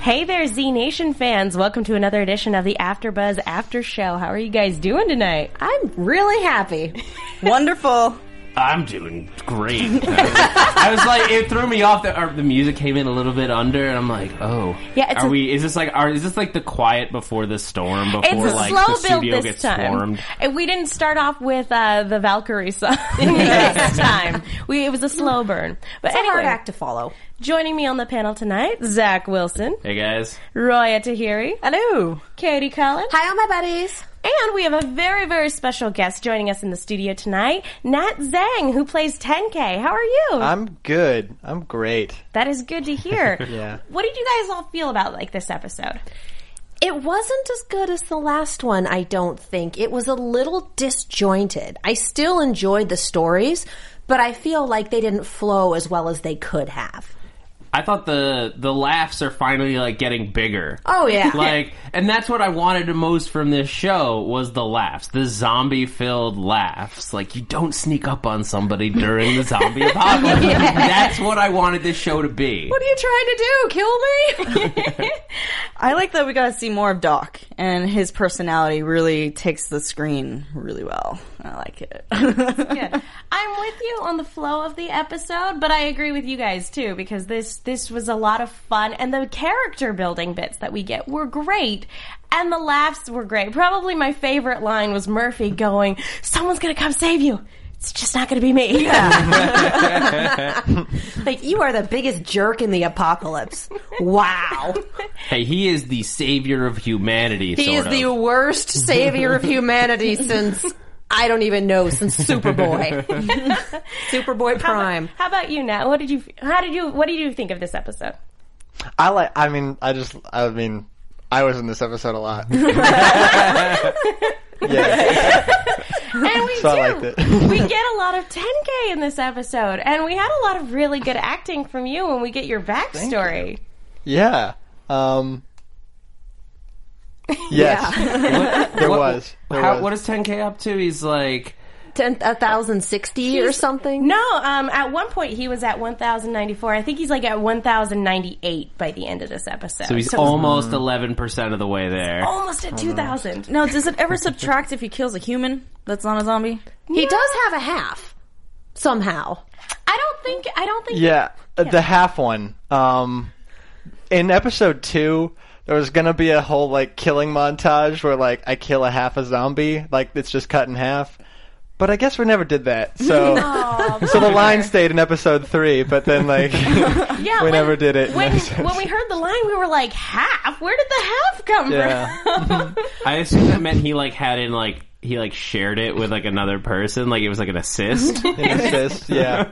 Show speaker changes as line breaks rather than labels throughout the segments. Hey there, Z Nation fans! Welcome to another edition of the AfterBuzz After Show. How are you guys doing tonight?
I'm really happy. Wonderful.
I'm doing great. I was like, it threw me off that our, the music came in a little bit under, and I'm like, oh,
Yeah, it's
are
a-
we? Is this like, are, is this like the quiet before the storm? Before
It's a
like
slow
the
build
studio
this
gets
time.
swarmed?
And we didn't start off with uh, the Valkyrie song this time. We, it was a slow burn. But
It's a
anyway,
hard act to follow.
joining me on the panel tonight, Zach Wilson,
Hey guys,
Roya Tahiri,
Hello.
Katie Collins,
Hi, all my buddies.
and we have a very, very special guest joining us in the studio tonight, Nat Zhang, who plays 10K. How are you?
I'm good. I'm great.
That is good to hear.
Yeah.
What did you guys all feel about like this episode?
It wasn't as good as the last one, I don't think. It was a little disjointed. I still enjoyed the stories, but I feel like they didn't flow as well as they could have.
I thought the the laughs are finally like getting bigger.
Oh, yeah.
like, and that's what I wanted the most from this show was the laughs, the zombie filled laughs. Like, you don't sneak up on somebody during the zombie apocalypse. That's what I wanted this show to be.
What are you trying to do? Kill me?
I like that we got to see more of Doc, and his personality really takes the screen really well. I like it.
Good. I'm with you on the flow of the episode, but I agree with you guys too because this this was a lot of fun and the character building bits that we get were great. And the laughs were great. Probably my favorite line was Murphy going, "Someone's going to come save you. It's just not going to be me."
like, you are the biggest jerk in the apocalypse. Wow.
hey, he is the savior of humanity.
He is
sort
the
of.
worst savior of humanity since, I don't even know, since Superboy. Superboy Prime.
How about you, Nat? What did you How did you what did you think of this episode?
I like. I mean, I just. I mean, I was in this episode a lot. yeah.
And we
So I
do.
liked it.
we get a lot of 10K in this episode, and we had a lot of really good acting from you when we get your backstory.
Yeah. Um. Yes. There was. There
How,
was.
what is 10K up to? He's like,
10,060 or something?
No, um, at one point he was at 1,094. I think he's like at 1,098 by the end of this episode.
so he's almost 11% of the way there.
almost at 2,000.
no, does it ever subtract if he kills a human that's not a zombie?
He does have a half. Somehow.
I don't think. I don't think.
yeah, uh, the half one. Um, in episode two, there was gonna be a whole like killing montage where like I kill a half a zombie, like it's just cut in half. But I guess we never did that, so so the line stayed in episode three. But then like
Yeah,
we never did it in
When,
episode
when we heard the line, we were like, half? Where did the half come
Yeah.
from?
I assume that meant he like had in like, he like shared it with like another person, like it was like an assist. you
in his fist, yeah,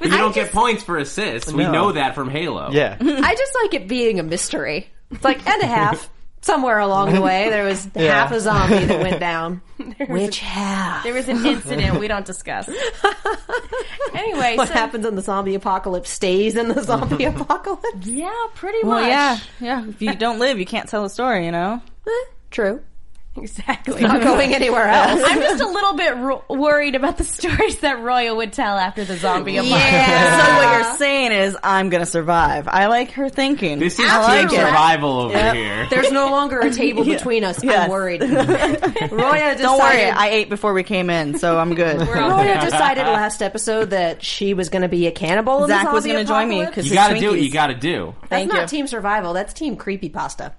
don't get points for assists. We
No.
know that from Halo.
yeah.
I just like it being a mystery. It's like and a half. Somewhere along the way, there was half a zombie that went down. Which half?
there was an incident we don't discuss. anyway,
What
so,
happens in the zombie apocalypse stays in the zombie apocalypse.
Yeah, pretty
Well,
much.
yeah, yeah. If you don't live, you can't tell a story, you know.
Eh, True.
Exactly.
Not going anywhere else.
I'm just a little bit ro- worried about the stories that Roya would tell after the zombie apocalypse.
so what you're saying is, I'm gonna survive. I like her thinking.
This is
I
team
like it.
survival over here.
There's no longer a table between us.
Yes.
I'm worried. Roya decided,
Don't worry, I ate before we came in, so I'm good.
Roya decided last episode that she was going to be a cannibal. in the
Zach was
zombie
gonna join me,
apocalypse.
'cause
You gotta
Twinkies.
do what you gotta do.
that's
Thank
not
you.
team survival. That's team creepypasta.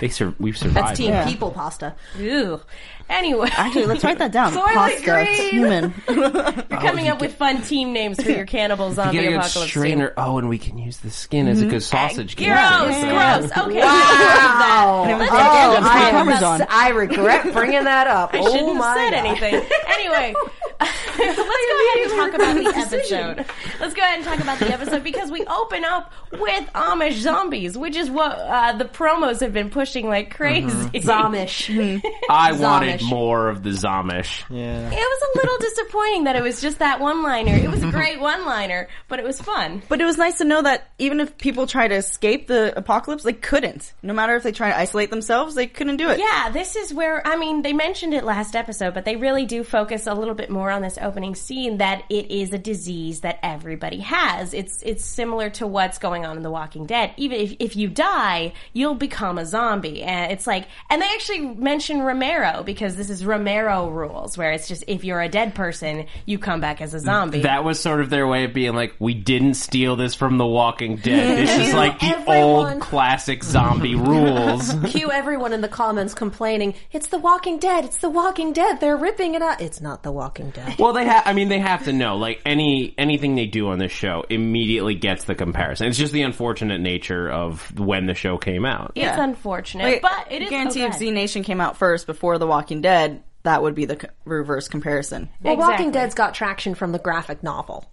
They sur- we've survived.
That's team people pasta.
Ew. Anyway,
Actually, let's write that down.
Soylent
Pasta. It's
Green.
human.
you're coming up with fun team names for your cannibal
You
zombie
gotta get
apocalypse. team.
strainer. Oh, and we can use the skin as a good sausage.
Gross,
dressing.
gross. Okay.
Let's
Oh,
put
I, am
Parmesan.
s- I regret bringing that up.
I
oh
shouldn't
my
have said
God.
anything. Anyway, let's go ahead and talk about the episode. Let's go ahead and talk about the episode because we open up with Amish zombies, which is what uh, the promos have been pushing like
Mm-hmm.
crazy.
Zomish.
I wanted
Zomish.
more of the Zomish.
It was a little disappointing that it was just that one liner. It was a great one liner, but it was fun.
But it was nice to know that even if people tried to escape the apocalypse, they couldn't. No matter if they tried to isolate themselves, they couldn't do it.
Yeah, this is where I mean they mentioned it last episode, but they really do focus a little bit more on this opening scene that it is a disease that everybody has. It's it's similar to what's going on in The Walking Dead. Even if if you die, you'll become a zombie, and it's like and they actually mention Romero because this is Romero rules, where it's just if you're a dead person, you come back as a zombie.
That was sort of their way of being like, we didn't steal this from The Walking Dead. This is like the
Everyone.
old classic zombie rules.
Cue everyone in the comments complaining, it's The Walking Dead, it's The Walking Dead, they're ripping it up. It's not The Walking Dead.
Well, they have. I mean, they have to know. Like any anything they do on this show immediately gets the comparison. It's just the unfortunate nature of when the show came out.
it's unfortunate,
Like,
but it is
guarantee
oh,
if
go
Z
ahead.
Nation came out first before The Walking Dead, that would be the c- reverse comparison.
Well, Walking
Exactly.
Dead's got traction from the graphic novel,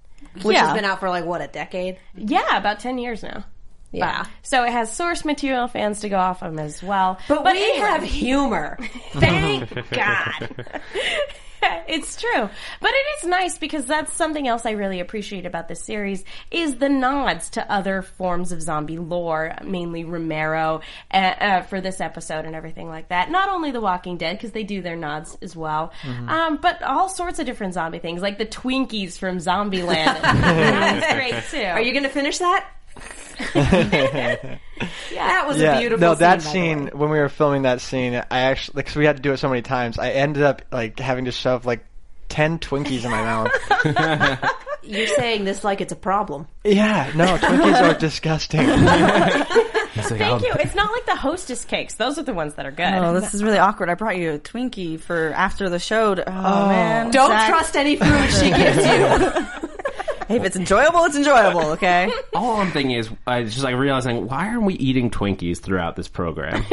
which
Yeah.
has been out for like, what, a decade?
Yeah, about ten years now.
Yeah.
So it has source material fans to go off of as well.
But, we
anyway.
have humor.
Thank God. it's true. But it is nice because that's something else I really appreciate about this series is the nods to other forms of zombie lore, mainly Romero uh, uh, for this episode and everything like that. Not only The Walking Dead because they do their nods as well, um, but all sorts of different zombie things like the Twinkies from Zombieland. that's great too.
Are you going to finish that? that was a beautiful
no, that
scene, by the way.
scene when we were filming that scene, I actually because we had to do it so many times, I ended up like having to shove like ten Twinkies in my mouth.
You're saying this like it's a problem.
yeah, no, Twinkies are disgusting.
Thank you. It's not like the hostess cakes. Those are the ones that are good.
Oh, this is really awkward. I brought you a Twinkie for after the show. To, oh, man.
Don't
Zach.
trust any food she gives you.
Hey, if it's enjoyable, it's enjoyable, okay?
All I'm thinking is, I was just like realizing, why aren't we eating Twinkies throughout this program?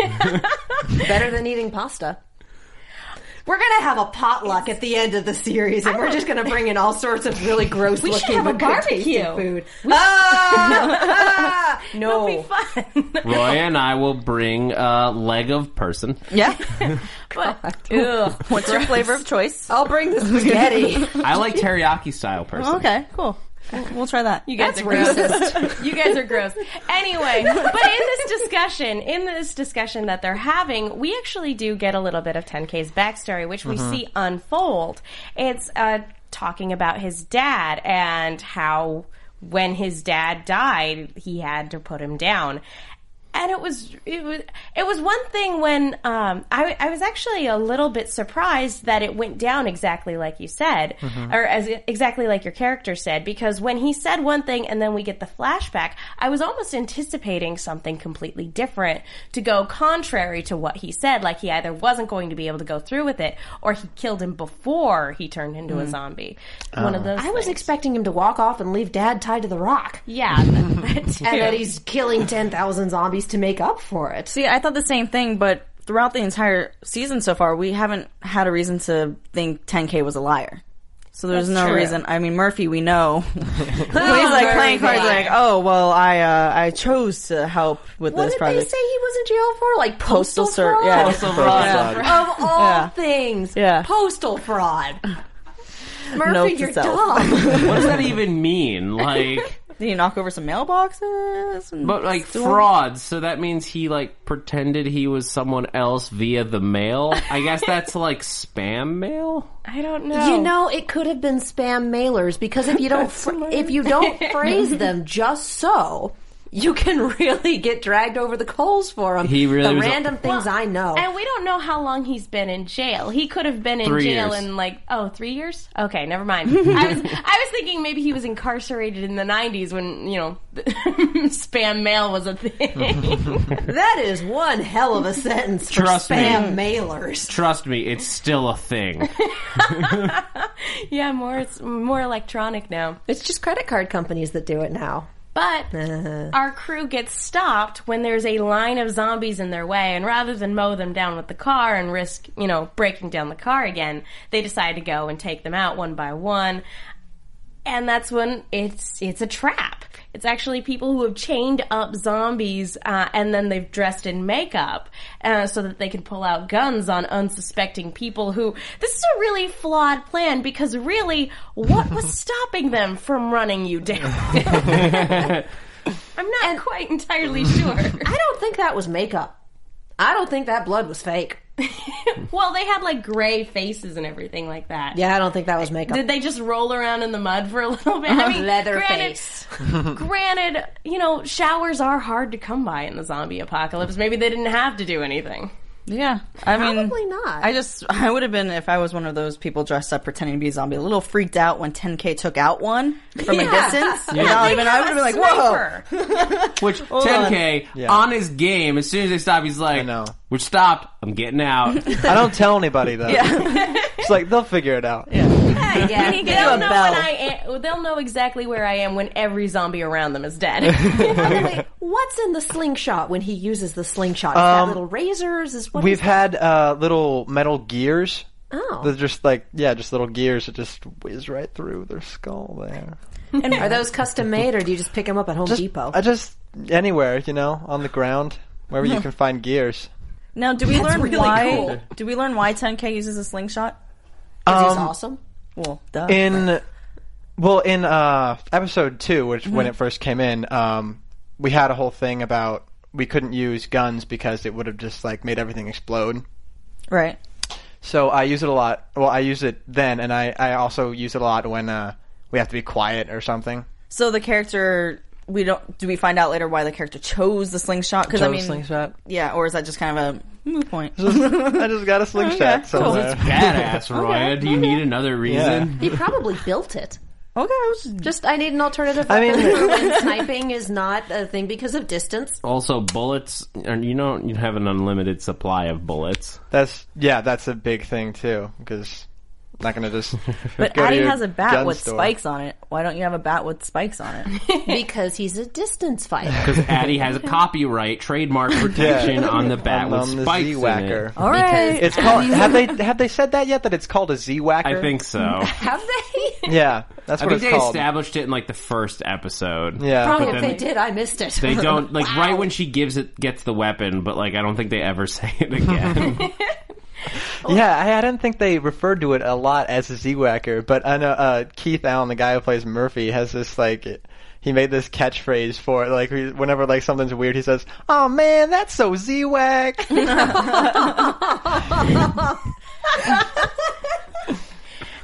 Better than eating pasta. We're gonna have a potluck at the end of the series, and we're just gonna bring in all sorts of really gross
should
looking
have a
but good tasting
barbecue.
food. Ah! Ah!
It'll be
no,
fun.
Roy and I will bring a leg of person.
Yeah.
But, ugh. Oh,
What's your flavor of choice?
I'll bring the spaghetti.
I like teriyaki style person.
Okay, cool. We'll, we'll try that.
You guys are racist. you guys are gross. Anyway, but in this discussion, in this discussion that they're having, we actually do get a little bit of 10K's backstory, which we see unfold. It's uh, talking about his dad and how when his dad died, he had to put him down. And it was it was it was one thing when um, I I was actually a little bit surprised that it went down exactly like you said, or as exactly like your character said, because when he said one thing and then we get the flashback, I was almost anticipating something completely different to go contrary to what he said, like he either wasn't going to be able to go through with it or he killed him before he turned into a zombie. One of those.
I was
things.
expecting him to walk off and leave Dad tied to the rock,
yeah, that, that
and
too.
that he's killing ten thousand zombies to make up for it.
See, I thought the same thing, but throughout the entire season so far, we haven't had a reason to think 10K was a liar. So there's no reason. I mean, Murphy, we know. He's like playing cards like, oh, well, I, uh, I chose to help with
what
this
did
project.
they say he was in jail for? Like postal,
Postal ser-
fraud?
yeah.
Postal fraud.
of all
Yeah.
things,
Yeah.
postal fraud. Murphy,
Note to
you're
self.
dumb.
What does that even mean? Like,
Did he knock over some mailboxes? And
But like
steal-
fraud, so that means he like pretended he was someone else via the mail. I guess that's like spam mail.
I don't know.
You know, it could have been spam mailers because if you don't fr- if you don't phrase them just so, you can really get dragged over the coals for them.
He really
the
was a-
random things I know.
And we don't know how long he's been in jail. He could have been in
Three
jail
years.
in like oh three years. Okay, never mind. I was I was thinking maybe he was incarcerated in the '90s when you know spam mail was a thing.
that is one hell of a sentence for
Trust me.
spam mailers.
Trust me, it's still a thing.
yeah, more it's more electronic now.
It's just credit card companies that do it now.
But our crew gets stopped when there's a line of zombies in their way, and rather than mow them down with the car and risk, you know, breaking down the car again, they decide to go and take them out one by one. And that's when it's it's a trap. It's actually people who have chained up zombies uh, and then they've dressed in makeup uh, so that they can pull out guns on unsuspecting people. Who this is a really flawed plan because really, what was stopping them from running you down? I'm not quite entirely sure.
I don't think that was makeup. I don't think that blood was fake.
well, they had like gray faces and everything like that.
Yeah, I don't think that was makeup.
Did they just roll around in the mud for a little bit? I mean,
Uh-huh. Leather
granted,
face.
granted, you know, showers are hard to come by in the zombie apocalypse. Maybe they didn't have to do anything.
Yeah, I mean,
Probably not.
I just I would have been if I was one of those people dressed up pretending to be a zombie, a little freaked out when 10K took out one from a distance. Yeah, even I would have been like,
Oh.
whoa.
Which 10K on his game. As soon as they stop, he's like,
I know.
"We're stopped. I'm getting out."
I don't tell anybody though. it's like they'll figure it out.
yeah,
They'll know,
bell.
when I am, they'll know exactly where I am when every zombie around them is dead.
What's in the slingshot when he uses the slingshot? Is that
Um,
little razors? Is what
We've
is that?
had uh, little metal gears.
Oh.
They're just like yeah, just little gears that just whiz right through their skull there.
Are those custom made, or do you just pick them up at Home
Just,
Depot?
I just anywhere you know on the ground wherever you can find gears.
Now, do we learn
really
why?
cool.
Do we learn why 10K uses a slingshot?
He's
Um,
awesome.
Well, duh.
in well in uh episode two which
Mm-hmm.
when it first came in um we had a whole thing about we couldn't use guns because it would have just like made everything explode
right.
so i use it a lot well i use it then and i i also use it a lot when uh we have to be quiet or something
So the character we don't do we find out later why the character chose the slingshot? Because I mean, yeah, or is that just kind of a moot point?
i just
Oh,
got a slingshot somewhere
Badass, Roya. Do you need another reason?
He probably built it.
Okay, I was just,
Just I need an alternative
I
weapon
mean-
for when sniping is not a thing because of distance.
Also, bullets. And you don't. You have an unlimited supply of bullets.
that's yeah that's a big thing too because not gonna just
but
go to
Addy
your
has a bat
gun
with
store.
spikes on it. Why don't you have a bat with spikes on it?
Because he's a distance fighter.
Because Addy has a copyright trademark protection on the bat
on
with
the
spikes
Z-whacker.
in it.
Because
it's called have they have they said that yet that it's called a z-whacker
I think so.
have they?
yeah that's
I
what
think
it's
they
called
established it in like the first episode.
yeah
Probably
then
if they did, I missed it.
They don't like right when she gives it gets the weapon, but like I don't think they ever say it again.
Yeah, I, I didn't think they referred to it a lot as a Z-Whacker, but I know uh, Keith Allen, the guy who plays Murphy, has this like he made this catchphrase for it. Like he- whenever like something's weird, he says, "Oh man, that's so Z-Whack."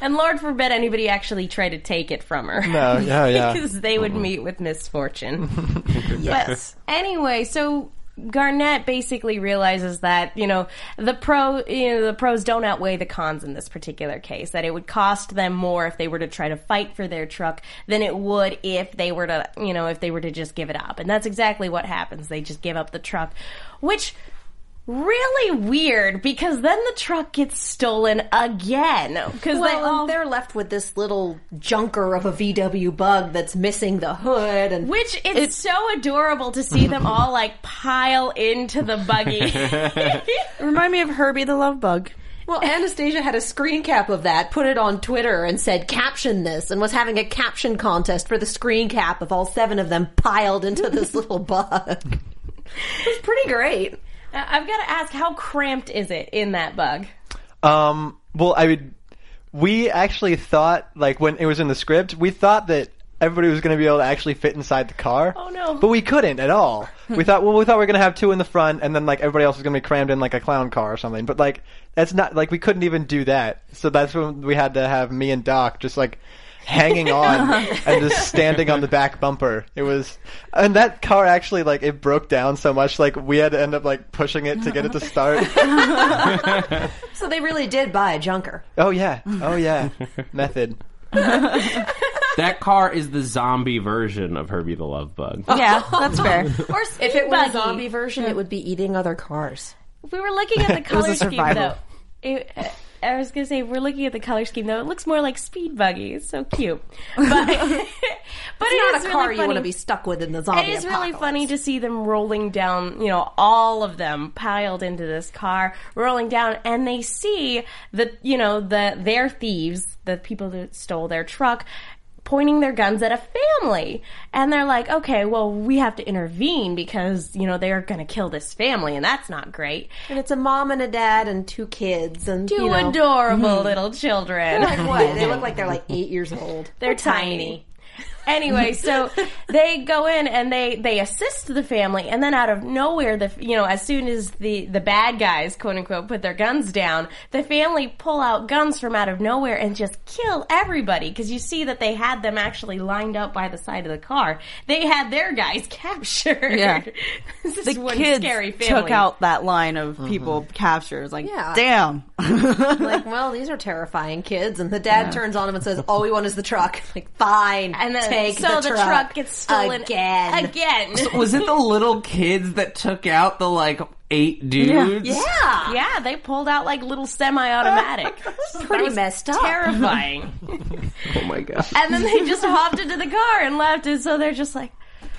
and Lord forbid anybody actually try to take it from her.
No, Oh, yeah, yeah. Mm-hmm.
because they would meet with misfortune. yes. anyway, so Garnett basically realizes that you know the pro you know, the pros don't outweigh the cons in this particular case. That it would cost them more if they were to try to fight for their truck than it would if they were to you know if they were to just give it up. And that's exactly what happens. They just give up the truck, which really weird because then the truck gets stolen again because
Well,
they all
and they're left with this little junker of a VW bug that's missing the hood and
Which it's, so adorable to see them all like pile into the buggy.
Remind me of Herbie the Love Bug.
Well, Anastasia had a screen cap of that, put it on Twitter, and said, caption this, and was having a caption contest for the screen cap of all seven of them piled into this little bug. It's pretty great.
Now, Uh, I've got to ask, how cramped is it in that bug?
Um, well, I would. We actually thought, like, when it was in the script, we thought that everybody was going to be able to actually fit inside the car.
Oh, no.
But we couldn't at all. We thought, well, we thought we were going to have two in the front, and then like everybody else was going to be crammed in like a clown car or something. But like that's not like we couldn't even do that. So that's when we had to have me and Doc just like hanging on and just standing on the back bumper. It was, and that car actually like it broke down so much like we had to end up like pushing it to get it to start.
So they really did buy a junker.
oh yeah, oh yeah, method.
That car is the zombie version of Herbie the Love Bug.
Oh.
Yeah, that's fair.
Or
If it was a
buggy.
zombie version, it would be eating other cars.
We were looking at the
was
color
a
scheme though.
survival.
It, uh, I was gonna say we're looking at the color scheme though. It looks more like speed buggy. It's so cute, but but
Not
it's
a car
really
you want to
funny.
be stuck with in the
It
zombie.
is really
apocalypse.
funny to see them rolling down, you know, all of them piled into this car, rolling down, and they see the, you know, the their thieves, the people that stole their truck, pointing their guns at a family, and they're like, okay, well, we have to intervene because you know they're going to kill this family, and that's not great.
And it's a mom and a dad and two kids and
Two
you know, Mm-hmm.
adorable little children.
Like what? They look like they're like eight years old.
They're tiny. anyway, so they go in and they they assist the family, and then out of nowhere, the you know as soon as the the bad guys quote unquote put their guns down, the family pull out guns from out of nowhere and just kill everybody because you see that they had them actually lined up by the side of the car. They had their guys captured.
Yeah.
this is
The
one
kids
scary family.
took out that line of
Mm-hmm.
people captured. It's like,
Yeah.
damn.
Like, well, these are terrifying kids. And the dad turns on him and says, "All we want is the truck." Like, fine,
And then,
take
so
the,
the
truck,
gets stolen
again.
Again.
Was it the little kids that took out the like eight dudes?
Yeah,
Yeah, they pulled out like little semi-automatic.
pretty messed up.
Terrifying.
Oh my god.
and then they just hopped into the car and left and so they're just like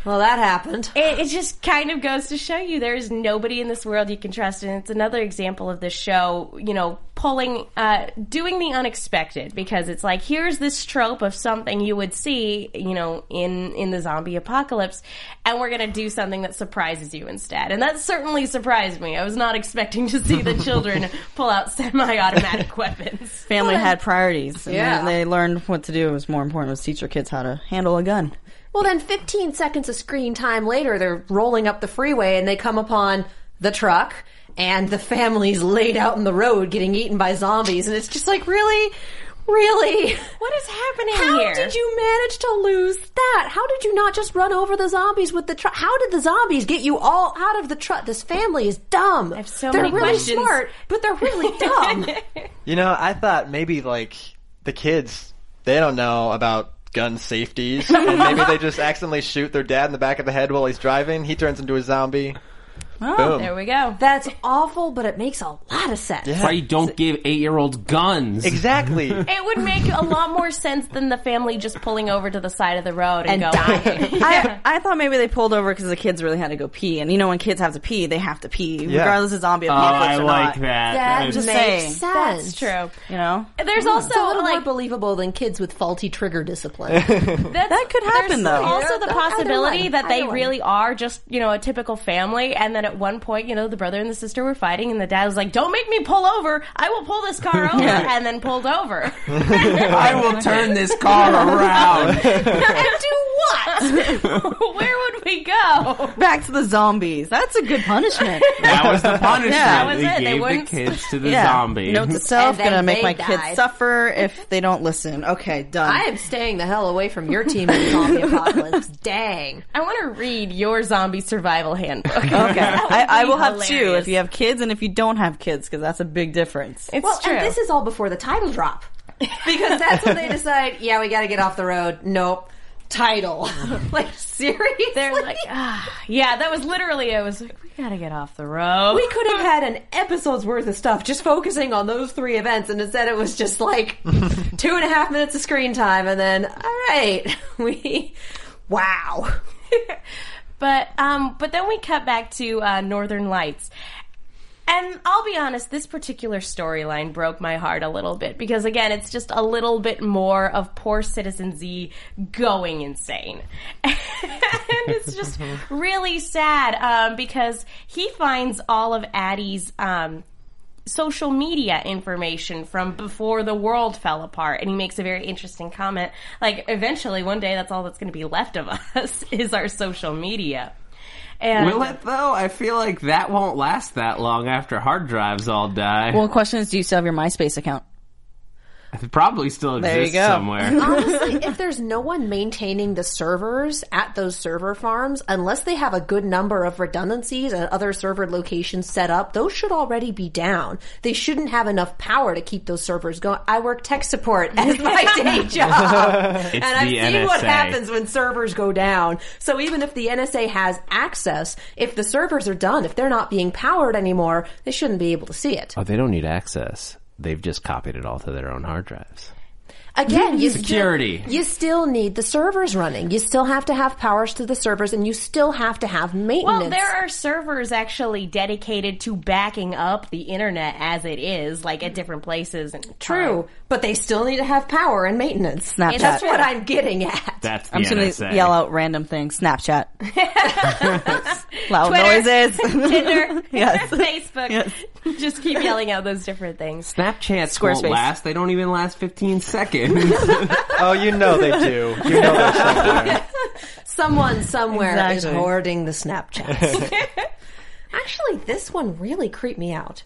well, that happened.
it, it just kind of goes to show you there is nobody in this world you can trust and it's another example of this show you know pulling uh, doing the unexpected because it's like here's this trope of something you would see you know in in the zombie apocalypse and we're gonna do something that surprises you instead and that certainly surprised me i was not expecting to see the children pull out semi-automatic weapons
Family had priorities. And
Yeah.
yeah. They learned what to do. It was more important was teach your kids how to handle a gun.
Well, then 15 seconds of screen time later, they're rolling up the freeway and they come upon the truck and the family's laid out in the road getting eaten by zombies. And it's just like, really? Really?
what is happening
How
here
did you manage to lose that? How did you not just run over the zombies with the truck? How did the zombies get you all out of the truck? This family is dumb.
have so
they're
many
really
questions.
smart, but they're really dumb.
You know, I thought maybe like the kids they don't know about gun safeties. and maybe they just accidentally shoot their dad in the back of the head while he's driving. He turns into a zombie. Boom.
Oh, there we go
That's awful, but it makes a lot of sense.
That's why you don't give eight year olds guns.
Exactly.
It would make a lot more sense than the family just pulling over to the side of the road and, going.
And dying.
Yeah.
I, I thought maybe they pulled over because the kids really had to go pee. And you know, when kids have to pee, they have to pee, regardless of zombie
Oh,
apocalypse
I
or
like
not.
that.
That
That
makes
is-
saying.
sense.
That's true.
You know?
There's also
It's a little
like
more believable than kids with faulty trigger discipline.
that's-
That could
there's
happen, though.
Also,
Yeah,
the
that- either
possibility
one,
that they
either one.
really are just you know a typical family, and then at one point you know the brother and the sister were fighting, and the dad was like, "Don't make me pull over. I will pull this car over," and then pulled over.
I will turn this car around.
and do what? Where would we go?
Back to the zombies. That's a good punishment.
That was the punishment.
That was
they
it. They
gave the
wouldn't-
kids to the
yeah.
zombie.
Note to
And
self:
then
gonna make
they
my
died.
kids suffer if they don't listen. Okay, done.
I am staying the hell away from your team in the zombie apocalypse. Dang.
I want to read your zombie survival handbook.
okay, I, I will have two
hilarious.
if you have kids and if you don't have kids because that's a big difference.
It's
well,
true.
and this is all before the title drop. Because that's when they decide, yeah, we gotta get off the road. Nope. Title. like, seriously?
They're like, ah, yeah, that was literally. I was like, we gotta get off the road.
we could have had an episode's worth of stuff just focusing on those three events, and instead it was just like two and a half minutes of screen time, and then, alright, we. Wow.
but um, but then we cut back to uh, Northern Lights. And I'll be honest, this particular storyline broke my heart a little bit because again, it's just a little bit more of poor Citizen Z going insane, and it's just really sad um, because he finds all of Addie's um, social media information from before the world fell apart. And he makes a very interesting comment. Like, eventually, one day, that's all that's going to be left of us is our social media. And
Will it though? I feel like that won't last that long after hard drives all die.
Well, the question is, do you still have your MySpace account?
it probably still
you
exists
go.
somewhere.
Honestly, if there's no one maintaining the servers at those server farms, unless they have a good number of redundancies and other server locations set up, those should already be down. They shouldn't have enough power to keep those servers going. I work tech support as my day job.
It's
and I've
the
seen what
NSA.
happens when servers go down. So even if the NSA has access, if the servers are done, if they're not being powered anymore, they shouldn't be able to see it.
oh, they don't need access. They've just copied it all to their own hard drives.
Again, you still-
Security.
you still need the servers running. You still have to have powers to the servers, and you still have to have maintenance.
Well, there are servers actually dedicated to backing up the internet as it is, like at different places. And
true, but they still need to have power and maintenance.
Snapchat.
That's what I'm getting at.
That's the
I'm just
NSA.
gonna yell out random things. Snapchat. Loud noises.
Tinder,
yes.
Facebook.
Yes.
Just keep yelling out those different things.
Snapchats
Squarespace.
won't last. They don't even last 15 seconds.
Oh, you know they do. You know they're somewhere.
Someone somewhere is
Exactly.
hoarding the Snapchats. Actually, this one really creeped me out.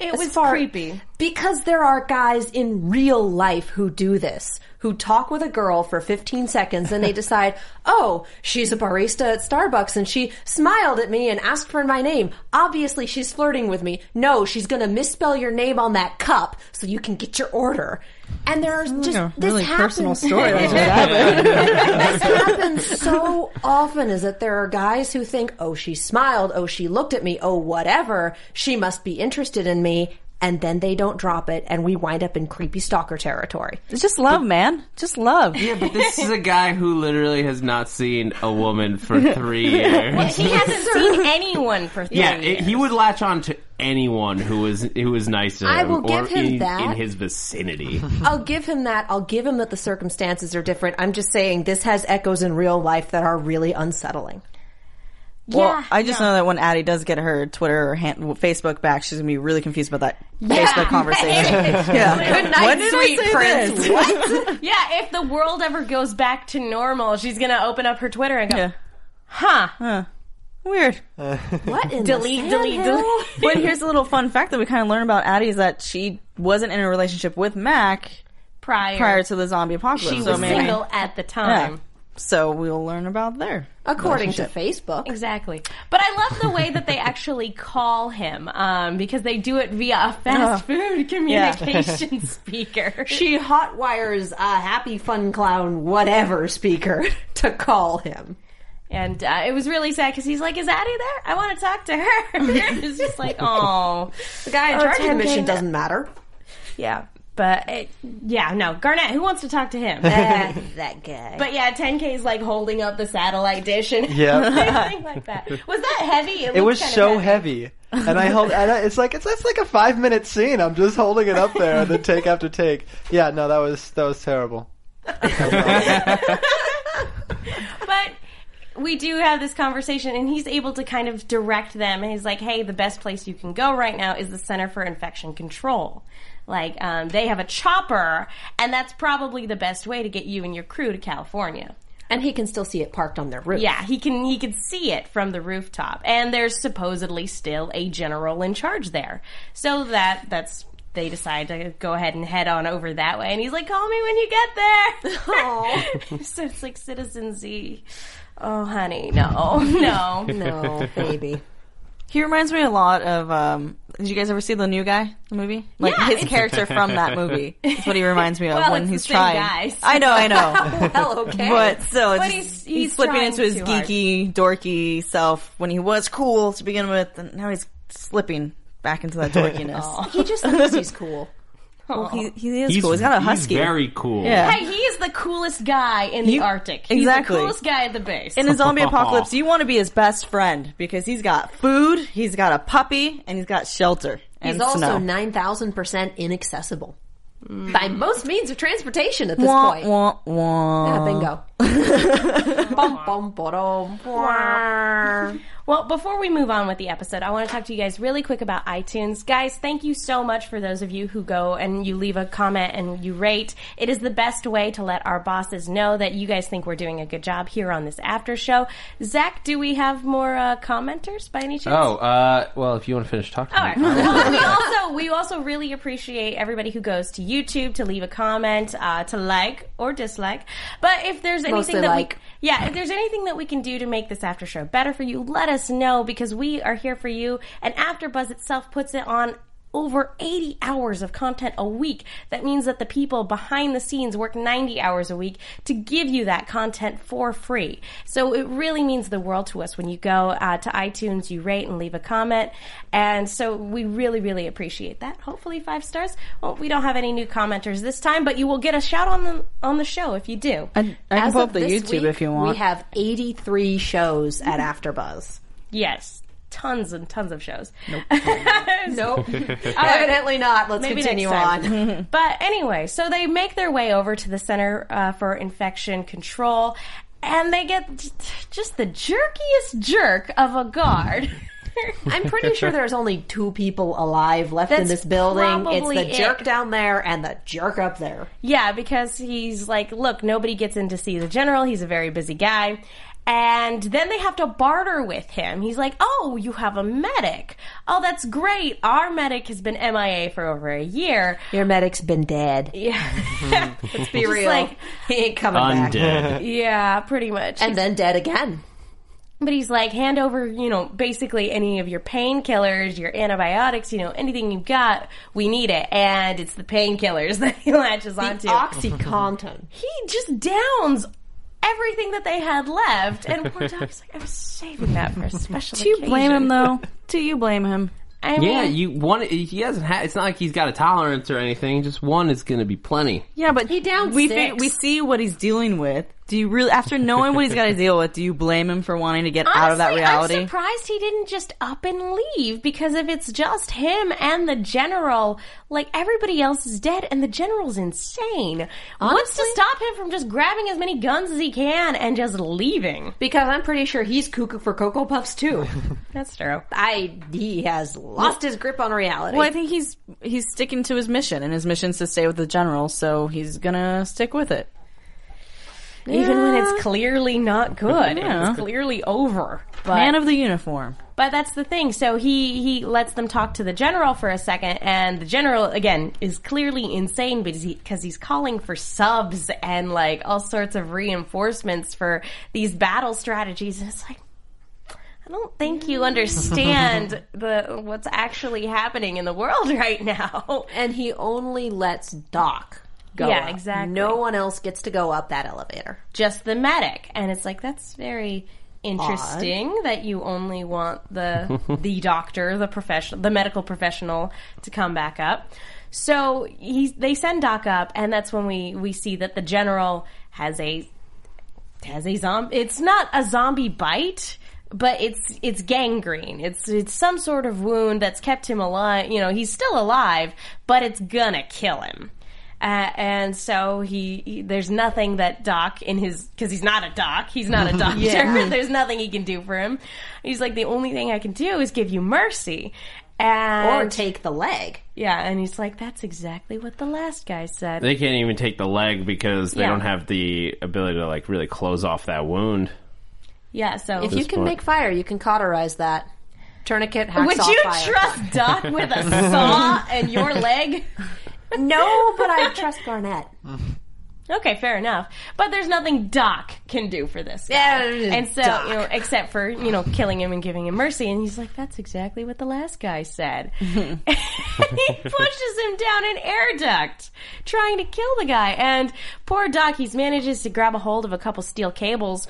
It
As
was
far-
creepy.
Because there are guys in real life who do this, who talk with a girl for 15 seconds and they decide, oh, she's a barista at Starbucks and she smiled at me and asked for my name. Obviously, she's flirting with me. No, she's going to misspell your name on that cup so you can get your order. And there are just this
really
happens.
personal story. That's what
this happens so often is that there are guys who think, oh, she smiled, oh, she looked at me, oh, whatever, she must be interested in me. And then they don't drop it, and we wind up in creepy stalker territory.
It's just love, man. Just love.
yeah, but this is a guy who literally has not seen a woman for three years.
He hasn't seen anyone for three
Yeah,
years.
it, he would latch on to anyone who was who was nice to him
I will
or
give him
in,
that.
in his vicinity.
I'll give him that. I'll give him that the circumstances are different. I'm just saying this has echoes in real life that are really unsettling.
Well,
Yeah,
I just know that when Addie does get her Twitter or hand, Facebook back, she's gonna be really confused about that Facebook conversation. yeah.
Good night, sweet prince.
yeah, if the world ever goes back to normal, she's going to open up her Twitter and go,
Yeah.
huh,
Weird.
What in
delete,
the
delete, delete.
But here's a little fun fact that we kind of learned about Addie is that she wasn't in a relationship with Mac
Prior,
prior to the zombie apocalypse.
she
so
was
maybe-
single at the
Yeah.
time.
So we'll learn about there.
According to Facebook,
Exactly. But I love the way that they actually call him um, because they do it via
Uh-huh.
a fast food communication speaker.
she hotwires a happy fun clown whatever speaker to call him.
And uh, it was really sad because he's like, Is Addie there? I want to talk to her. it's just like, Oh. The guy in
Our
charge
target
of the
mission
mission
doesn't matter.
Yeah. But it, yeah, no. Garnett, who wants to talk to him? Uh,
that, that guy.
but yeah, 10K is like holding up the satellite dish and
Yeah.
everything like that. Was that heavy?
It
looked
was
kind of
so heavy. And I hold. And I, it's like it's that's like a five minute scene. I'm just holding it up there, and then take after take. Yeah, no, that was that was terrible.
but we do have this conversation and he's able to kind of direct them and he's like hey the best place you can go right now is the center for infection control like um, they have a chopper and that's probably the best way to get you and your crew to california
and he can still see it parked on their roof.
yeah he can he can see it from the rooftop and there's supposedly still a general in charge there so that that's they decide to go ahead and head on over that way and he's like call me when you get there so it's like citizen z oh honey no no
No, baby.
He reminds me a lot of. Um, did you guys ever see the new guy, the movie? Like
Yeah,
his
it's-
character from that movie. That's what he reminds me of
Well,
when
it's the
he's
same
trying.
guy, so-
I know, I know.
well, okay.
But so it's
But
just-
he's-
he's,
he's
slipping
trying
into his
too hard.
geeky, dorky self when he was cool to begin with, and now he's slipping back into that dorkiness.
he just thinks he's cool.
well, he, he is cool. He's got a husky.
very cool.
yeah.
Hey, he is the coolest guy in the
You-
Arctic.
exactly.
He's the coolest guy at the base.
In a zombie apocalypse, you want to be his best friend because he's got food, he's got a puppy, and he's got shelter.
He's
and
also
snow.
nine thousand percent inaccessible by most Mm. means of transportation at this
Wah,
point.
wah, wah.
Yeah, bingo.
Well, before we move on with the episode, I want to talk to you guys really quick about iTunes. Guys, thank you so much for those of you who go and you leave a comment and you rate. It is the best way to let our bosses know that you guys think we're doing a good job here on this after show. Zach, do we have more uh, commenters by any chance?
Oh, uh, well, if you want to finish talking,
All right. Well, we also we also really appreciate everybody who goes to YouTube to leave a comment, uh, to like or dislike. But if there's anything
Mostly
that
like.
we yeah, if there's anything that we can do to make this after show better for you, let us know because we are here for you. And AfterBuzz itself puts it on over 80 hours of content a week. That means that the people behind the scenes work 90 hours a week to give you that content for free. So it really means the world to us when you go uh, to iTunes, you rate and leave a comment. And so we really, really appreciate that. Hopefully five stars. Well, we don't have any new commenters this time, but you will get a shout on the, on the show if you do.
I, I can
As
pull
of
up the
this
YouTube
week,
if you want.
We have 83 shows at AfterBuzz.
Yes. Tons and tons of shows.
Nope. Evidently not. Let's
Maybe
continue
next
on.
But anyway, so they make their way over to the Center uh, for Infection Control, and they get j- just the jerkiest jerk of a guard.
I'm pretty sure there's only two people alive left in
That's
this building. It's
probably
the jerk
it.
down there and the jerk up there.
yeah, because he's like, look, nobody gets in to see the general. He's a very busy guy. And then they have to barter with him. He's like, oh, you have a medic. Oh, that's great. Our medic has been MIA for over a year.
Your medic's been dead.
Yeah.
Mm-hmm.
Let's be
real. he ain't coming back.
undead.
yeah, pretty much.
And then dead again.
But he's like, hand over, you know, basically any of your painkillers, your antibiotics, you know, anything you've got, we need it. And it's the painkillers that he latches onto.
OxyContin.
he just downs everything that they had left. And poor Doc's like, I was saving that for a special
Do you blame him though? Do you blame him?
I mean,
Yeah, you one. He hasn't had. It's not like he's got a tolerance or anything. Just one is going to be plenty.
Yeah, but
He downed
we
six.
we see what he's dealing with. Do you really, after knowing what he's got to deal with, do you blame him for wanting to get out of that
Honestly,
reality?
I'm surprised he didn't just up and leave because if it's just him and the general, like everybody else is dead and the general's insane. What's to
Honestly-
stop him from just grabbing as many guns as he can and just leaving?
Because I'm pretty sure he's cuckoo for Cocoa Puffs too.
That's true.
I he has lost his grip on reality.
Well, I think he's he's sticking to his mission, and his mission's to stay with the general, so he's gonna stick with it.
Even when it's clearly not good,
Yeah.
it's clearly over. But
Man of the uniform.
But that's the thing. So he he lets them talk to the general for a second, and the general again is clearly insane because he, 'cause he's calling for subs and like all sorts of reinforcements for these battle strategies, and it's like. I don't think you understand the what's actually happening in the world right now.
and he only lets Doc go.
Yeah,
up.
exactly.
No one else gets to go up that elevator.
Just the medic, and it's like that's very interesting that you only want the the doctor, the professional, the medical professional to come back up. So he they send Doc up, and that's when we we see that the general has a has a zombie. It's not a zombie bite, but it's it's gangrene. It's it's some sort of wound that's kept him alive. You know, he's still alive, but it's gonna kill him. Uh, and so he, he- there's nothing that Doc in his because he's not a doc, he's not a doctor. there's nothing he can do for him. He's like the only thing I can do is give you mercy.
Or
And
take the leg.
yeah, and he's like, that's exactly what the last guy said.
They can't even take the leg because they
Yeah.
don't have the ability to like really close off that wound.
yeah, so
If you can
point.
make fire, you can cauterize that. Tourniquet, hacksaw,
would you
fire.
trust Doc with a saw and your leg?
No, but I trust Garnett.
Okay, fair enough. But there's nothing Doc can do for this. guy. And so, you know, except for, you know, killing him and giving him mercy. And he's like, that's exactly what the last guy said. he pushes him down an air duct, trying to kill the guy. And poor Doc, he manages to grab a hold of a couple steel cables,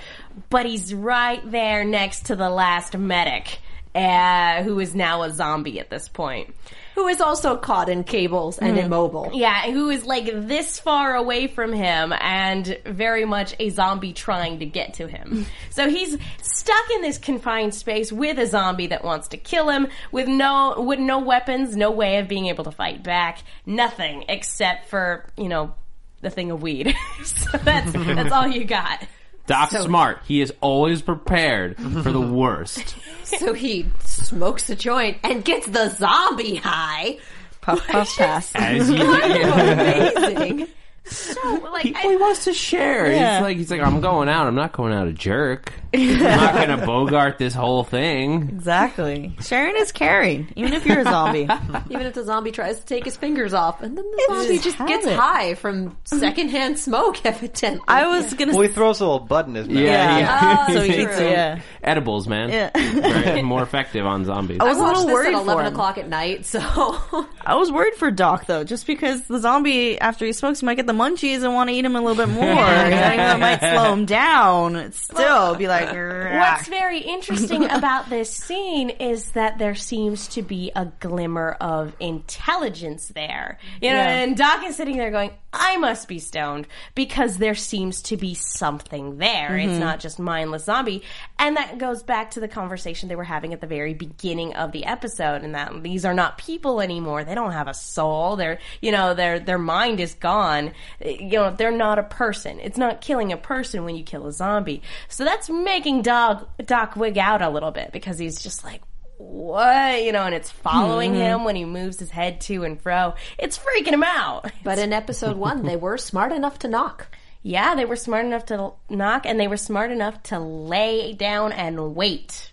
but he's right there next to the last medic, uh, who is now a zombie at this point.
who is also caught in cables and immobile.
Yeah, who is like this far away from him and very much a zombie trying to get to him. So he's stuck in this confined space with a zombie that wants to kill him with no with no weapons, no way of being able to fight back, nothing except for, you know, the thing of weed. so that's that's all you got.
Doc's smart. He is always prepared for the worst.
So he smokes a joint and gets the zombie high.
Puff, puff, pass.
As you
Amazing.
So, like,
He,
I-
well, he wants to share.
Yeah.
He's like, he's like, I'm going out. I'm not going out a jerk. I'm not going to bogart this whole thing.
Exactly. Sharon is caring, even if you're a zombie.
Even if the zombie tries to take his fingers off, and then the zombie
just
just
has
gets
it.
high from secondhand smoke, evidently.
I was gonna.
Well, he throws a little bud in his mouth.
Yeah.
so
he-
he thinks, yeah.
Edibles, man. Right, more effective on zombies.
I was a
watched
little
this
worried
at
for
eleven
him.
o'clock at night, so
I was worried for Doc though, just because the zombie after he smokes, he might get the munchies and want to eat him a little bit more. you know, even though it might slow him down. It's still be like,
What's very interesting about this scene is that there seems to be a glimmer of intelligence there. You know,
Yeah.
and Doc is sitting there going, I must be stoned because there seems to be something there. It's not just mindless zombie. And that goes back to the conversation they were having at the very beginning of the episode and that Um, these are not people anymore. They don't have a soul. They're, you know, their their mind is gone. Uh, You know, they're not a person. It's not killing a person when you kill a zombie. So that's making Doc Doc wig out a little bit because he's just like what you know, and it's following him when he moves his head to and fro. It's freaking him out.
But in episode one, they were smart enough to knock.
Yeah, they were smart enough to l- knock, and they were smart enough to lay down and wait.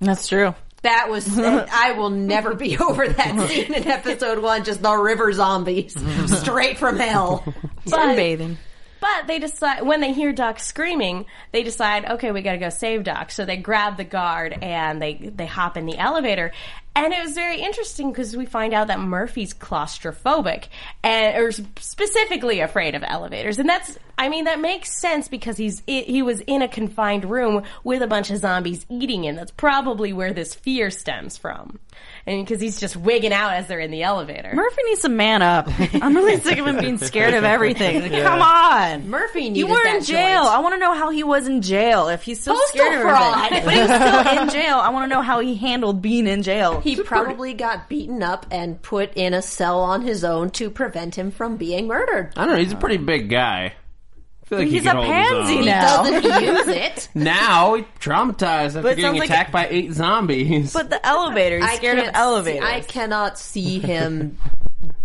That's true.
That was. I will never be over that scene in episode one. Just the river zombies, straight from hell.
Sunbathing.
But they decide when they hear Doc screaming, they decide, okay, we got to go save Doc. So they grab the guard and they they hop in the elevator. And it was very interesting because we find out that Murphy's claustrophobic and or specifically afraid of elevators. And that's I mean that makes sense because he's i- he was in a confined room with a bunch of zombies eating him. That's probably where this fear stems from. And because he's just wigging out as they're in the elevator.
Murphy needs to man up. I'm really sick of him being scared of everything. Like, Come on.
Murphy needed
You were
that
in jail.
joint.
I want to know how he was in jail. If he's still
Postal
scared of
fraud.
everything. but he was still in jail. I want to know how he handled being in jail.
He probably got beaten up and put in a cell on his own to prevent him from being murdered.
I don't know. He's a pretty big guy. I feel like he
Um, He's
could
a
hold his
pansy
um,
own.
now.
Doesn't use it.
Now he's traumatized after
But it sounds
getting
like-
attacked by eight zombies.
but the elevator. He's scared of
can't
elevators.
See, I cannot see him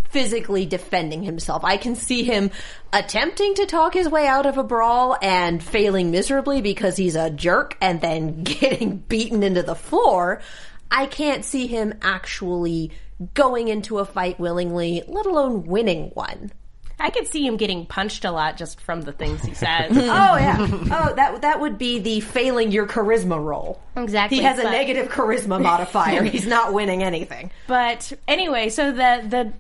physically defending himself. I can see him attempting to talk his way out of a brawl and failing miserably because he's a jerk and then getting beaten into the floor. I can't see him actually going into a fight willingly, let alone winning one.
I could see him getting punched a lot just from the things he says.
Oh yeah. Oh, that that would be the failing your charisma roll.
Exactly.
He has a
but-
negative charisma modifier. He's not winning anything.
But anyway, so the the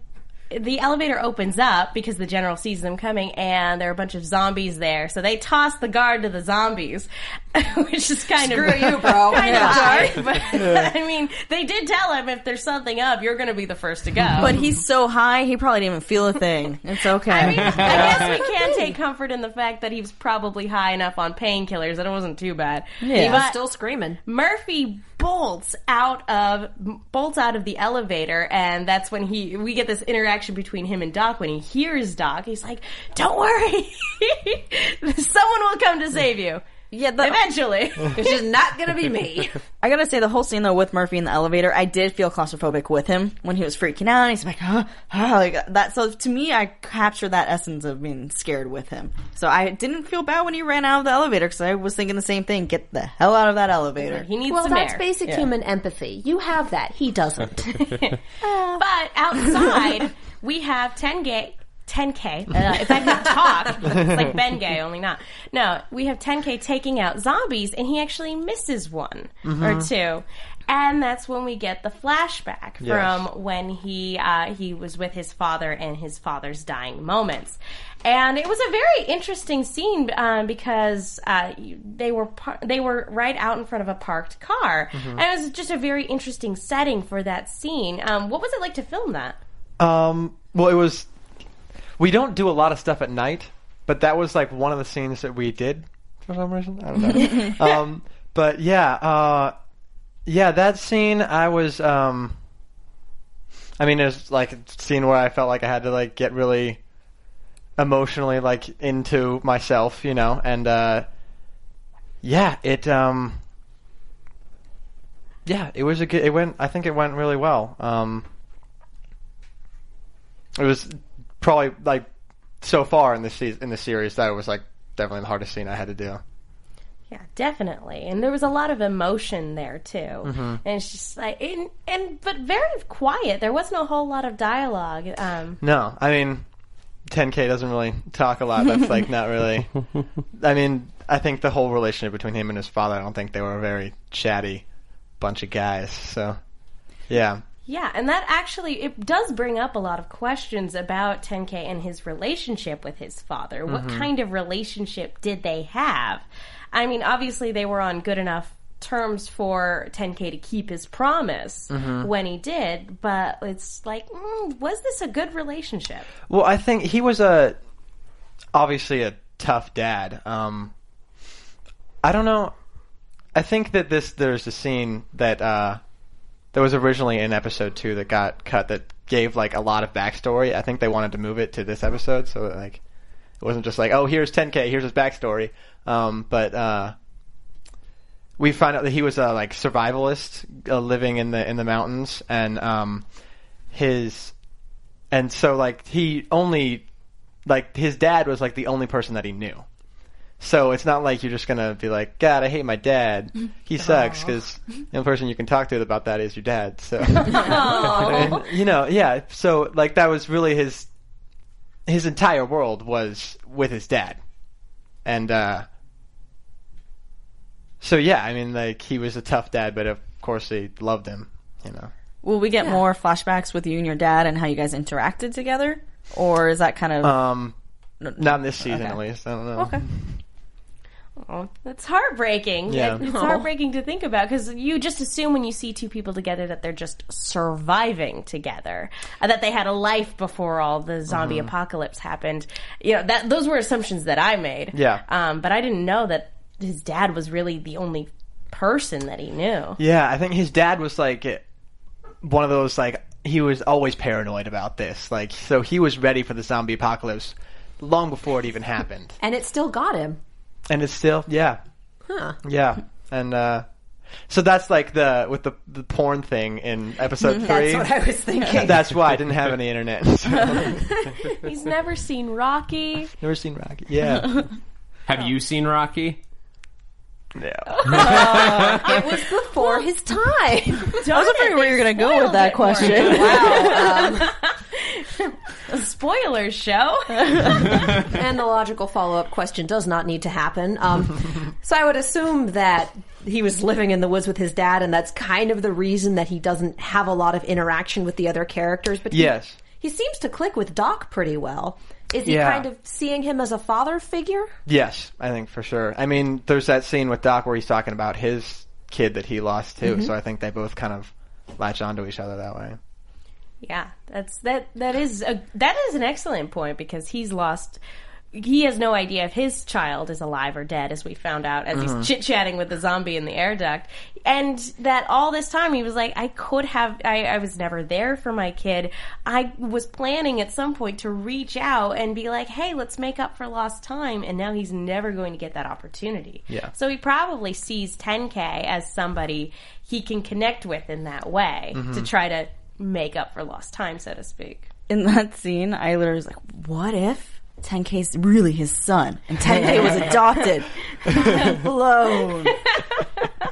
the elevator opens up because the general sees them coming, and there are a bunch of zombies there. So they toss the guard to the zombies, which is kind of
Screw you, bro.
Kind
Yeah.
of dark, but I mean, they did tell him if there's something up, you're going to be the first to go.
But he's so high, he probably didn't even feel a thing. It's okay.
I mean, I guess we can take comfort in the fact that he was probably high enough on painkillers that it wasn't too bad.
Yeah.
But-
Still screaming.
Murphy bolts out of bolts out of the elevator, and that's when he we get this interaction between him and Doc. When he hears Doc, he's like, "Don't worry, someone will come to save you
yeah, the,
eventually."
It's just not gonna be me.
I gotta say, the whole scene though with Murphy in the elevator, I did feel claustrophobic with him when he was freaking out. He's like, huh, huh, like that. So to me, I captured that essence of being scared with him. So I didn't feel bad when he ran out of the elevator because I was thinking the same thing: get the hell out of that elevator.
he needs
Well,
some
that's
air.
basic human empathy. You have that. He doesn't.
But outside, we have 10 gay. 10k. Uh, if I could talk, it's like Ben Gay, only not. No, we have 10k taking out zombies, and he actually misses one or two, and that's when we get the flashback from when he uh, he was with his father and his father's dying moments, and it was a very interesting scene um, because uh, you- they were par- they were right out in front of a parked car, and it was just a very interesting setting for that scene. Um, what was it like to film that?
Um, well, it was. We don't do a lot of stuff at night, but that was like one of the scenes that we did for some reason. I don't know. um, but yeah, uh, yeah, that scene. I was. Um, I mean, there's like a scene where I felt like I had to like get really emotionally like into myself, you know, and uh, yeah, it um yeah, it was a good. It went. I think it went really well. Um, it was probably like so far in the se- in the series that it was like definitely the hardest scene I had to do.
Yeah, definitely. And there was a lot of emotion there too. And it's just like and, and but very quiet. There wasn't a whole lot of dialogue. Um,
No, I mean, 10K doesn't really talk a lot. That's like not really. I mean, I think the whole relationship between him and his father. I don't think they were a very chatty bunch of guys. So, yeah,
yeah, and that actually it does bring up a lot of questions about 10K and his relationship with his father. What kind of relationship did they have? I mean, obviously they were on good enough terms for 10K to keep his promise when he did, but it's like, mm, was this a good relationship?
Well, I think he was a obviously a tough dad. Um, I don't know. I think that this there's a scene that uh, that was originally in episode two that got cut that gave like a lot of backstory. I think they wanted to move it to this episode so that like it wasn't just like oh here's 10k here's his backstory. Um, but uh, we find out that he was a like survivalist uh, living in the in the mountains and um, his and so like he only like his dad was like the only person that he knew so it's not like you're just gonna be like god i hate my dad he sucks because the only person you can talk to about that is your dad so And, you know yeah so like that was really his his entire world was with his dad and uh so yeah i mean like he was a tough dad but of course he loved him you know
Will we get more flashbacks with you and your dad and how you guys interacted together, or is that kind of
um not in this season at least i don't know okay
Oh, that's heartbreaking.
Yeah.
It- It's heartbreaking to think about because you just assume when you see two people together that they're just surviving together, uh, that they had a life before all the zombie apocalypse happened. You know that those were assumptions that I made.
Yeah.
Um, but I didn't know that his dad was really the only person that he knew.
Yeah, I think his dad was like one of those like he was always paranoid about this. Like so he was ready for the zombie apocalypse long before it even happened.
And it still got him.
And it's still yeah.
Huh.
Yeah. And uh so that's like the with the the porn thing in episode 3.
Mm-hmm. That's what I was thinking.
That's why I didn't have any internet. So.
He's never seen Rocky.
Never seen Rocky. Yeah.
Have you seen Rocky?
No.
It was before his time.
I was wondering where you're going to go with that question.
Um,
Spoilers show.
and the logical follow up question does not need to happen. Um, so I would assume that he was living in the woods with his dad, and that's kind of the reason that he doesn't have a lot of interaction with the other characters. But he-
Yes.
he, seems to click with Doc pretty well. Is he
Yeah.
kind of seeing him as a father figure?
Yes, I think for sure. I mean, there's that scene with Doc where he's talking about his kid that he lost
Mm-hmm.
too, so I think they both kind of latch onto each other that way.
Yeah, that's that. That is a that is an excellent point because he's lost. He has no idea if his child is alive or dead, as we found out as he's chit chatting with the zombie in the air duct, and that all this time he was like, "I could have. I, I was never there for my kid. I was planning at some point to reach out and be like, hey, let's make up for lost time.' And now he's never going to get that opportunity.
Yeah.
So he probably sees 10k as somebody he can connect with in that way to try to make up for lost time, so to speak.
in that scene, I literally was like, "What if 10K's really his son and 10K was adopted?" Blown.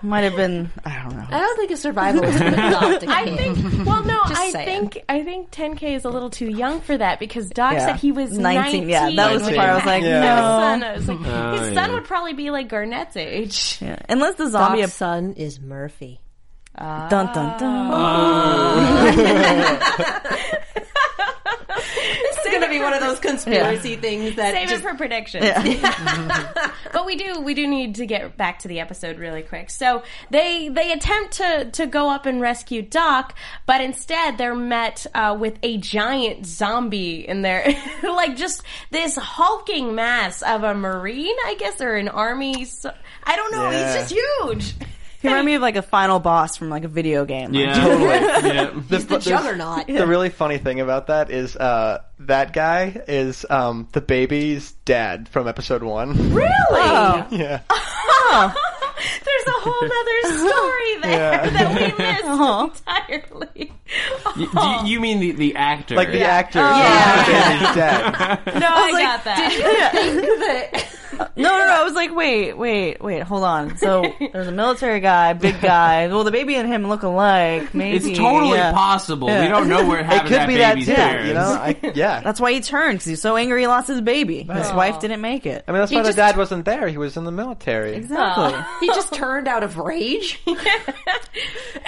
Might have been. I don't know.
I
Oh.
don't think a survivalist would adopt a
I
kid.
think. Well, no,
Just
I
saying.
think I think 10K is a little too young for that because Doc
Yeah.
said he was 19.
19, yeah, that was the part I was like,
His
no.
son, I was like, his son
yeah.
would probably be like Garnett's age.
Yeah. Unless the zombie.
Doc's son is Murphy.
dun dun dun.
This is going to be one of those conspiracy things that
Save it for predictions. but we do we do need to get back to the episode really quick. So they they attempt to to go up and rescue Doc, but instead they're met uh, with a giant zombie in there, like just this hulking mass of a marine, I guess, or an army. So, I don't know.
Yeah.
He's just huge.
He reminded me of like a final boss from like a video game. Like,
totally. yeah.
the juggernaut.
The really funny thing about that is uh, that guy is um, the baby's dad from episode one.
Really?
yeah.
Oh.
There's a whole other story there
Yeah.
that we missed entirely.
Oh. Y-
Oh.
You, you mean the, the actor?
Like the actor.
Yeah.
He's dead.
No, I, got that.
No, no, no. I was like, wait, wait, wait, hold on. So there's a military guy, big guy. Well, the baby and him look alike. Maybe
It's totally
yeah.
possible. We don't know where it
It
happened.
could be that
baby's
too.
parents.
You know? I, yeah.
That's why he turned because he's so angry he lost his baby. His wife didn't make it.
I mean, that's
He
why
just-
the dad wasn't there. He was in the military.
Exactly.
He just turned out of rage.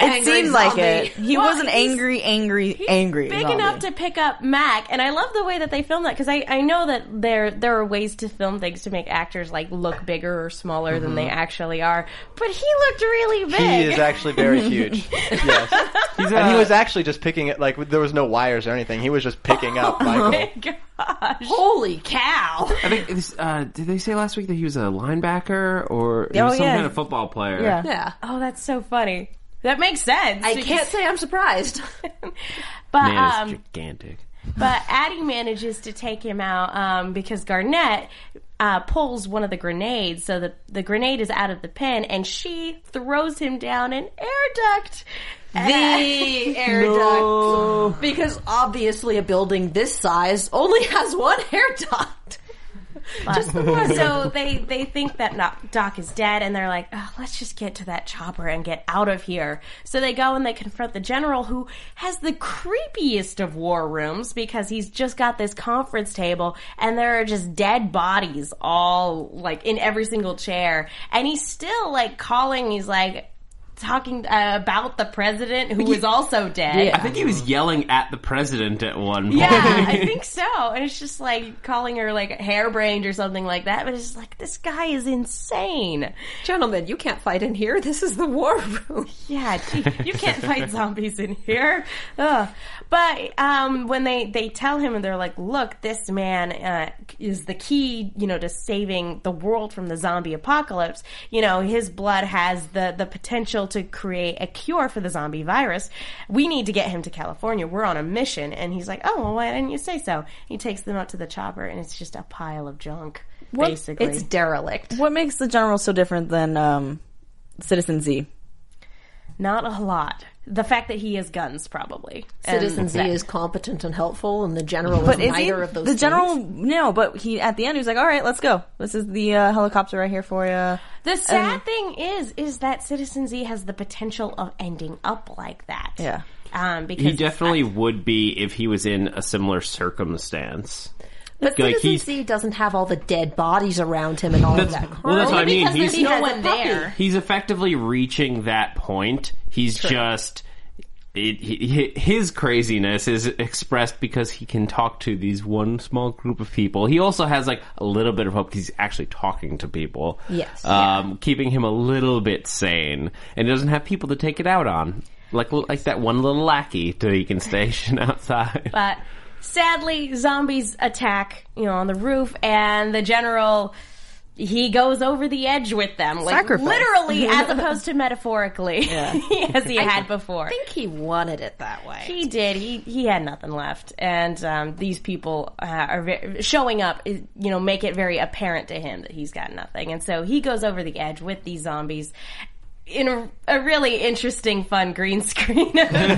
It seemed like it. He
Well,
wasn't
he's-
angry, angry, angry.
Big
zombie.
enough to pick up Mac, and I love the way that they film that because I, I know that there there are ways to film things to make actors like look bigger or smaller than they actually are, but he looked really big.
He is actually very huge. yes. uh, and he was actually just picking it, like, there was no wires or anything. He was just picking up Michael.
Gosh.
Holy cow!
I think this, uh, did they say last week that he was a linebacker or he
Oh,
was some
yeah.
kind of football player?
Yeah.
Yeah.
Oh, that's so funny. That makes sense.
I can't say I'm surprised.
But
Man, it's
um,
gigantic.
But Addie manages to take him out um, because Garnett uh, pulls one of the grenades, so the the grenade is out of the pen, and she throws him down an air duct.
The air duct. Because obviously a building this size only has one air duct.
Just the one. so they they think that not, Doc is dead, and they're like, oh, let's just get to that chopper and get out of here. So they go and they confront the general, who has the creepiest of war rooms because he's just got this conference table, and there are just dead bodies all like in every single chair, and he's still like calling. He's like. Talking uh, about the president who is also dead.
I think he was yelling at the president at one point.
Yeah, I think so. And it's just like calling her like harebrained or something like that. But it's just like this guy is insane.
Gentlemen, you can't fight in here. This is the war room.
Yeah, gee, you can't fight zombies in here. Ugh. But um, when they they tell him and they're like, "Look, this man uh, is the key, you know, to saving the world from the zombie apocalypse. You know, his blood has the the potential to create a cure for the zombie virus. We need to get him to California. We're on a mission." And he's like, "Oh, well, why didn't you say so?" He takes them out to the chopper, and it's just a pile of junk. Basically,
It's derelict.
What makes the general so different than um, Citizen Z?
not a lot. The fact that he has guns, probably. And
Citizen Z
that-
is competent and helpful, and the general
But
is
is he
neither of those.
the general?
things.
No, but he at the end he was like, "All right, let's go. This is the uh, helicopter right here for you."
The sad thing is, is that Citizen Z has the potential of ending up like that.
Yeah.
Um, because
He definitely would be if he was in a similar circumstance.
But
Like,
Citizen
he's-
Z doesn't have all the dead bodies around him and all of
That's-
that.
well, that's
crap.
what I mean.
because
He's-
there's no
He has a
one
puppy.
there.
He's effectively reaching that point. He's just. It, hi- hi- his craziness is expressed because he can talk to these one small group of people. He also has like a little bit of hope 'cause he's actually talking to people.
Yes.
um, keeping him a little bit sane, and he doesn't have people to take it out on, like like that one little lackey that he can station outside.
But sadly, zombies attack, you know, on the roof, and the general. He goes over the edge with them, like
Sacrifice.
literally, as opposed to metaphorically, as he had before.
I think he wanted it that way.
He did. He he had nothing left, and um, these people uh, are ve- showing up. is- You know, make it very apparent to him that he's got nothing, and so he goes over the edge with these zombies. In a, a really interesting, fun green screen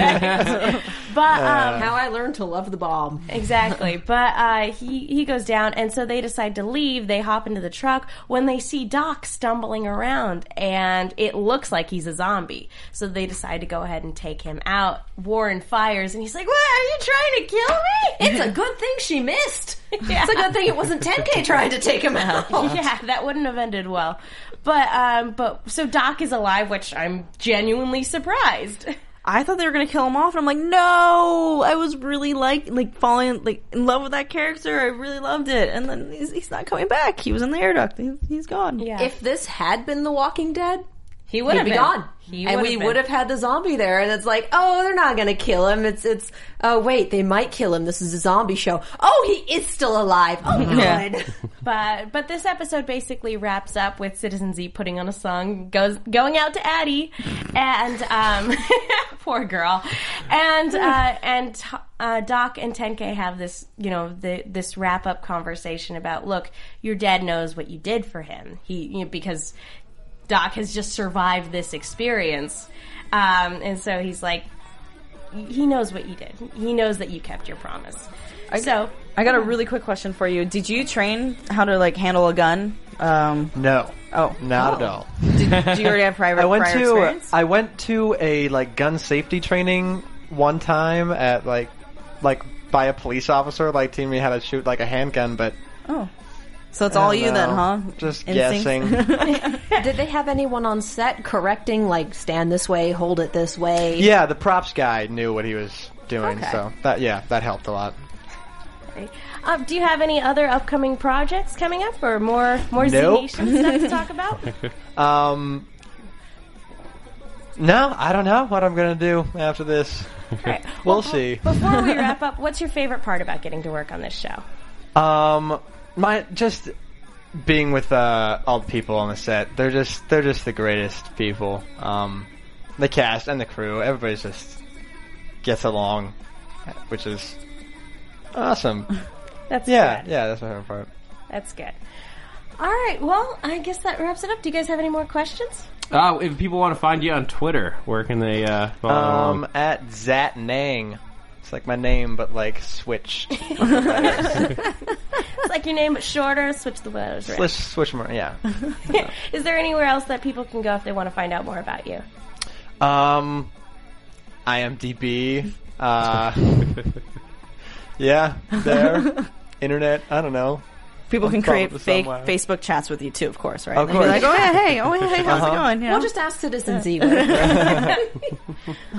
effect, but um,
How I learned to love the bomb.
exactly. But uh, he he goes down, and so they decide to leave. They hop into the truck when they see Doc stumbling around, and it looks like he's a zombie. So they decide to go ahead and take him out. Warren fires, and he's like, "What are you trying to kill me?"
It's a good thing she missed.
Yeah.
It's a good thing it wasn't 10K trying to take him out.
yeah, that wouldn't have ended well. But um, but so Doc is alive, which I'm genuinely surprised.
I thought they were gonna kill him off, and I'm like, no! I was really like, like falling like in love with that character. I really loved it, and then he's, he's not coming back. He was in the air duct. He's, he's gone.
Yeah,
If this had been The Walking Dead,
he would
he'd
have
be
been
gone.
He
and
would've
we
been.
would have had the zombie there, and it's like, oh, they're not gonna kill him. It's it's oh wait, they might kill him. This is a zombie show. Oh, he is still alive. Oh
Yeah.
god.
But but this episode basically wraps up with Citizen Z putting on a song, goes going out to Addie, and um, poor girl, and uh, and uh, Doc and 10K have this you know the, this wrap up conversation about look, your dad knows what you did for him. He you know, because Doc has just survived this experience. Um, and so he's like, he knows what you did. He knows that you kept your promise. so
I got a really quick question for you. Did you train how to like handle a gun? Um,
No.
Oh.
Not at all.
do you already have private
I went
prior
to
experience?
I went to a like gun safety training one time at like like by a police officer like teaching me how to shoot like a handgun, but
so it's all
I don't
you then,
know.
huh?
Just
Instincts?
guessing.
Did they have anyone on set correcting, like stand this way, hold it this way?
yeah, the props guy knew what he was doing, so that yeah that helped a lot.
Uh, do you have any other upcoming projects coming up, or more more Z
Nope.
Nation stuff to talk about?
Um, no, I don't know what I'm gonna do after this.
Right.
We'll see.
Before we wrap up, what's your favorite part about getting to work on this show?
Um, my just being with uh, all the people on the set. They're just they're just the greatest people. Um, the cast and the crew. Everybody's just gets along, which is awesome.
That's
Yeah,
good.
yeah, that's my favorite part.
That's good. All right. Well, I guess that wraps it up. Do you guys have any more questions?
Uh, if people want to find you on Twitter, where can they uh, follow
Um,
along?
at Zatnang. It's like my name, but like switched.
It's like your name, but shorter. Switch the letters around.
Let's switch more. Yeah.
Is there anywhere else that people can go if they want to find out more about you?
Um, IMDb. Uh, yeah, there. Internet. I don't know.
People can create
Probably
fake
somewhere.
Facebook chats with you too, of course, right?
Of
They'd be
course. Uh-huh.
like, oh yeah, hey, oh yeah, hey, how's it going? You know?
We'll just ask Citizen Z. what-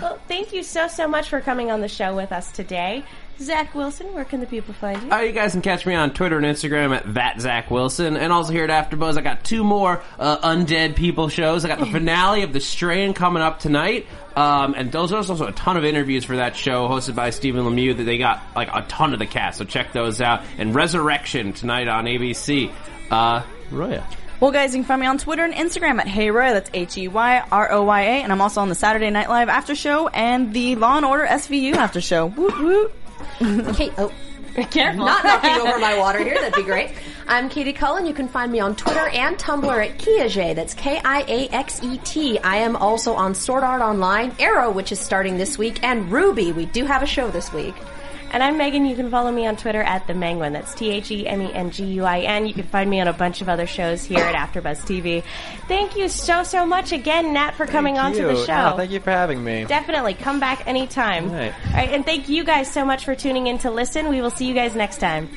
Well, thank you so so much for coming on the show with us today, Zach Wilson. Where can the people find you?
Uh, you guys can catch me on Twitter and Instagram at that Zach Wilson, and also here at AfterBuzz, I got two more uh, undead people shows. I got the finale of The Strain coming up tonight, um, and those there's also a ton of interviews for that show hosted by Stephen Lemieux that they got like a ton of the cast. So check those out. And Resurrection tonight on ABC. Uh, Roya.
Well, guys, you can find me on Twitter and Instagram at Hey Roy. That's H E Y R O Y A, and I'm also on the Saturday Night Live after show and the Law and Order SVU after show. Woot woot.
Kate, oh,
Careful.
not knocking over my water here. That'd be great. I'm Katie Cullen. You can find me on Twitter and Tumblr at Kiaxet. That's K-I-A-X-E-T. E I am also on Sword Art Online, Arrow, which is starting this week, and Ruby. We do have a show this week.
And I'm Megan. You can follow me on Twitter at the Menguin. That's T H E M E N G U I N. You can find me on a bunch of other shows here at AfterBuzz TV. Thank you so so much again, Nat, for coming
Thank
on to the
you.
show.
No, thank you for having me.
Definitely come back anytime.
Right.
All right, and thank you guys so much for tuning in to listen. We will see you guys next time.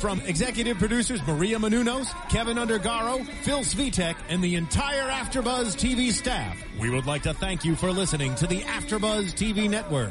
From executive producers Maria Manunos, Kevin Undergaro, Phil Svitek, and the entire Afterbuzz TV staff, we would like to thank you for listening to the Afterbuzz TV network.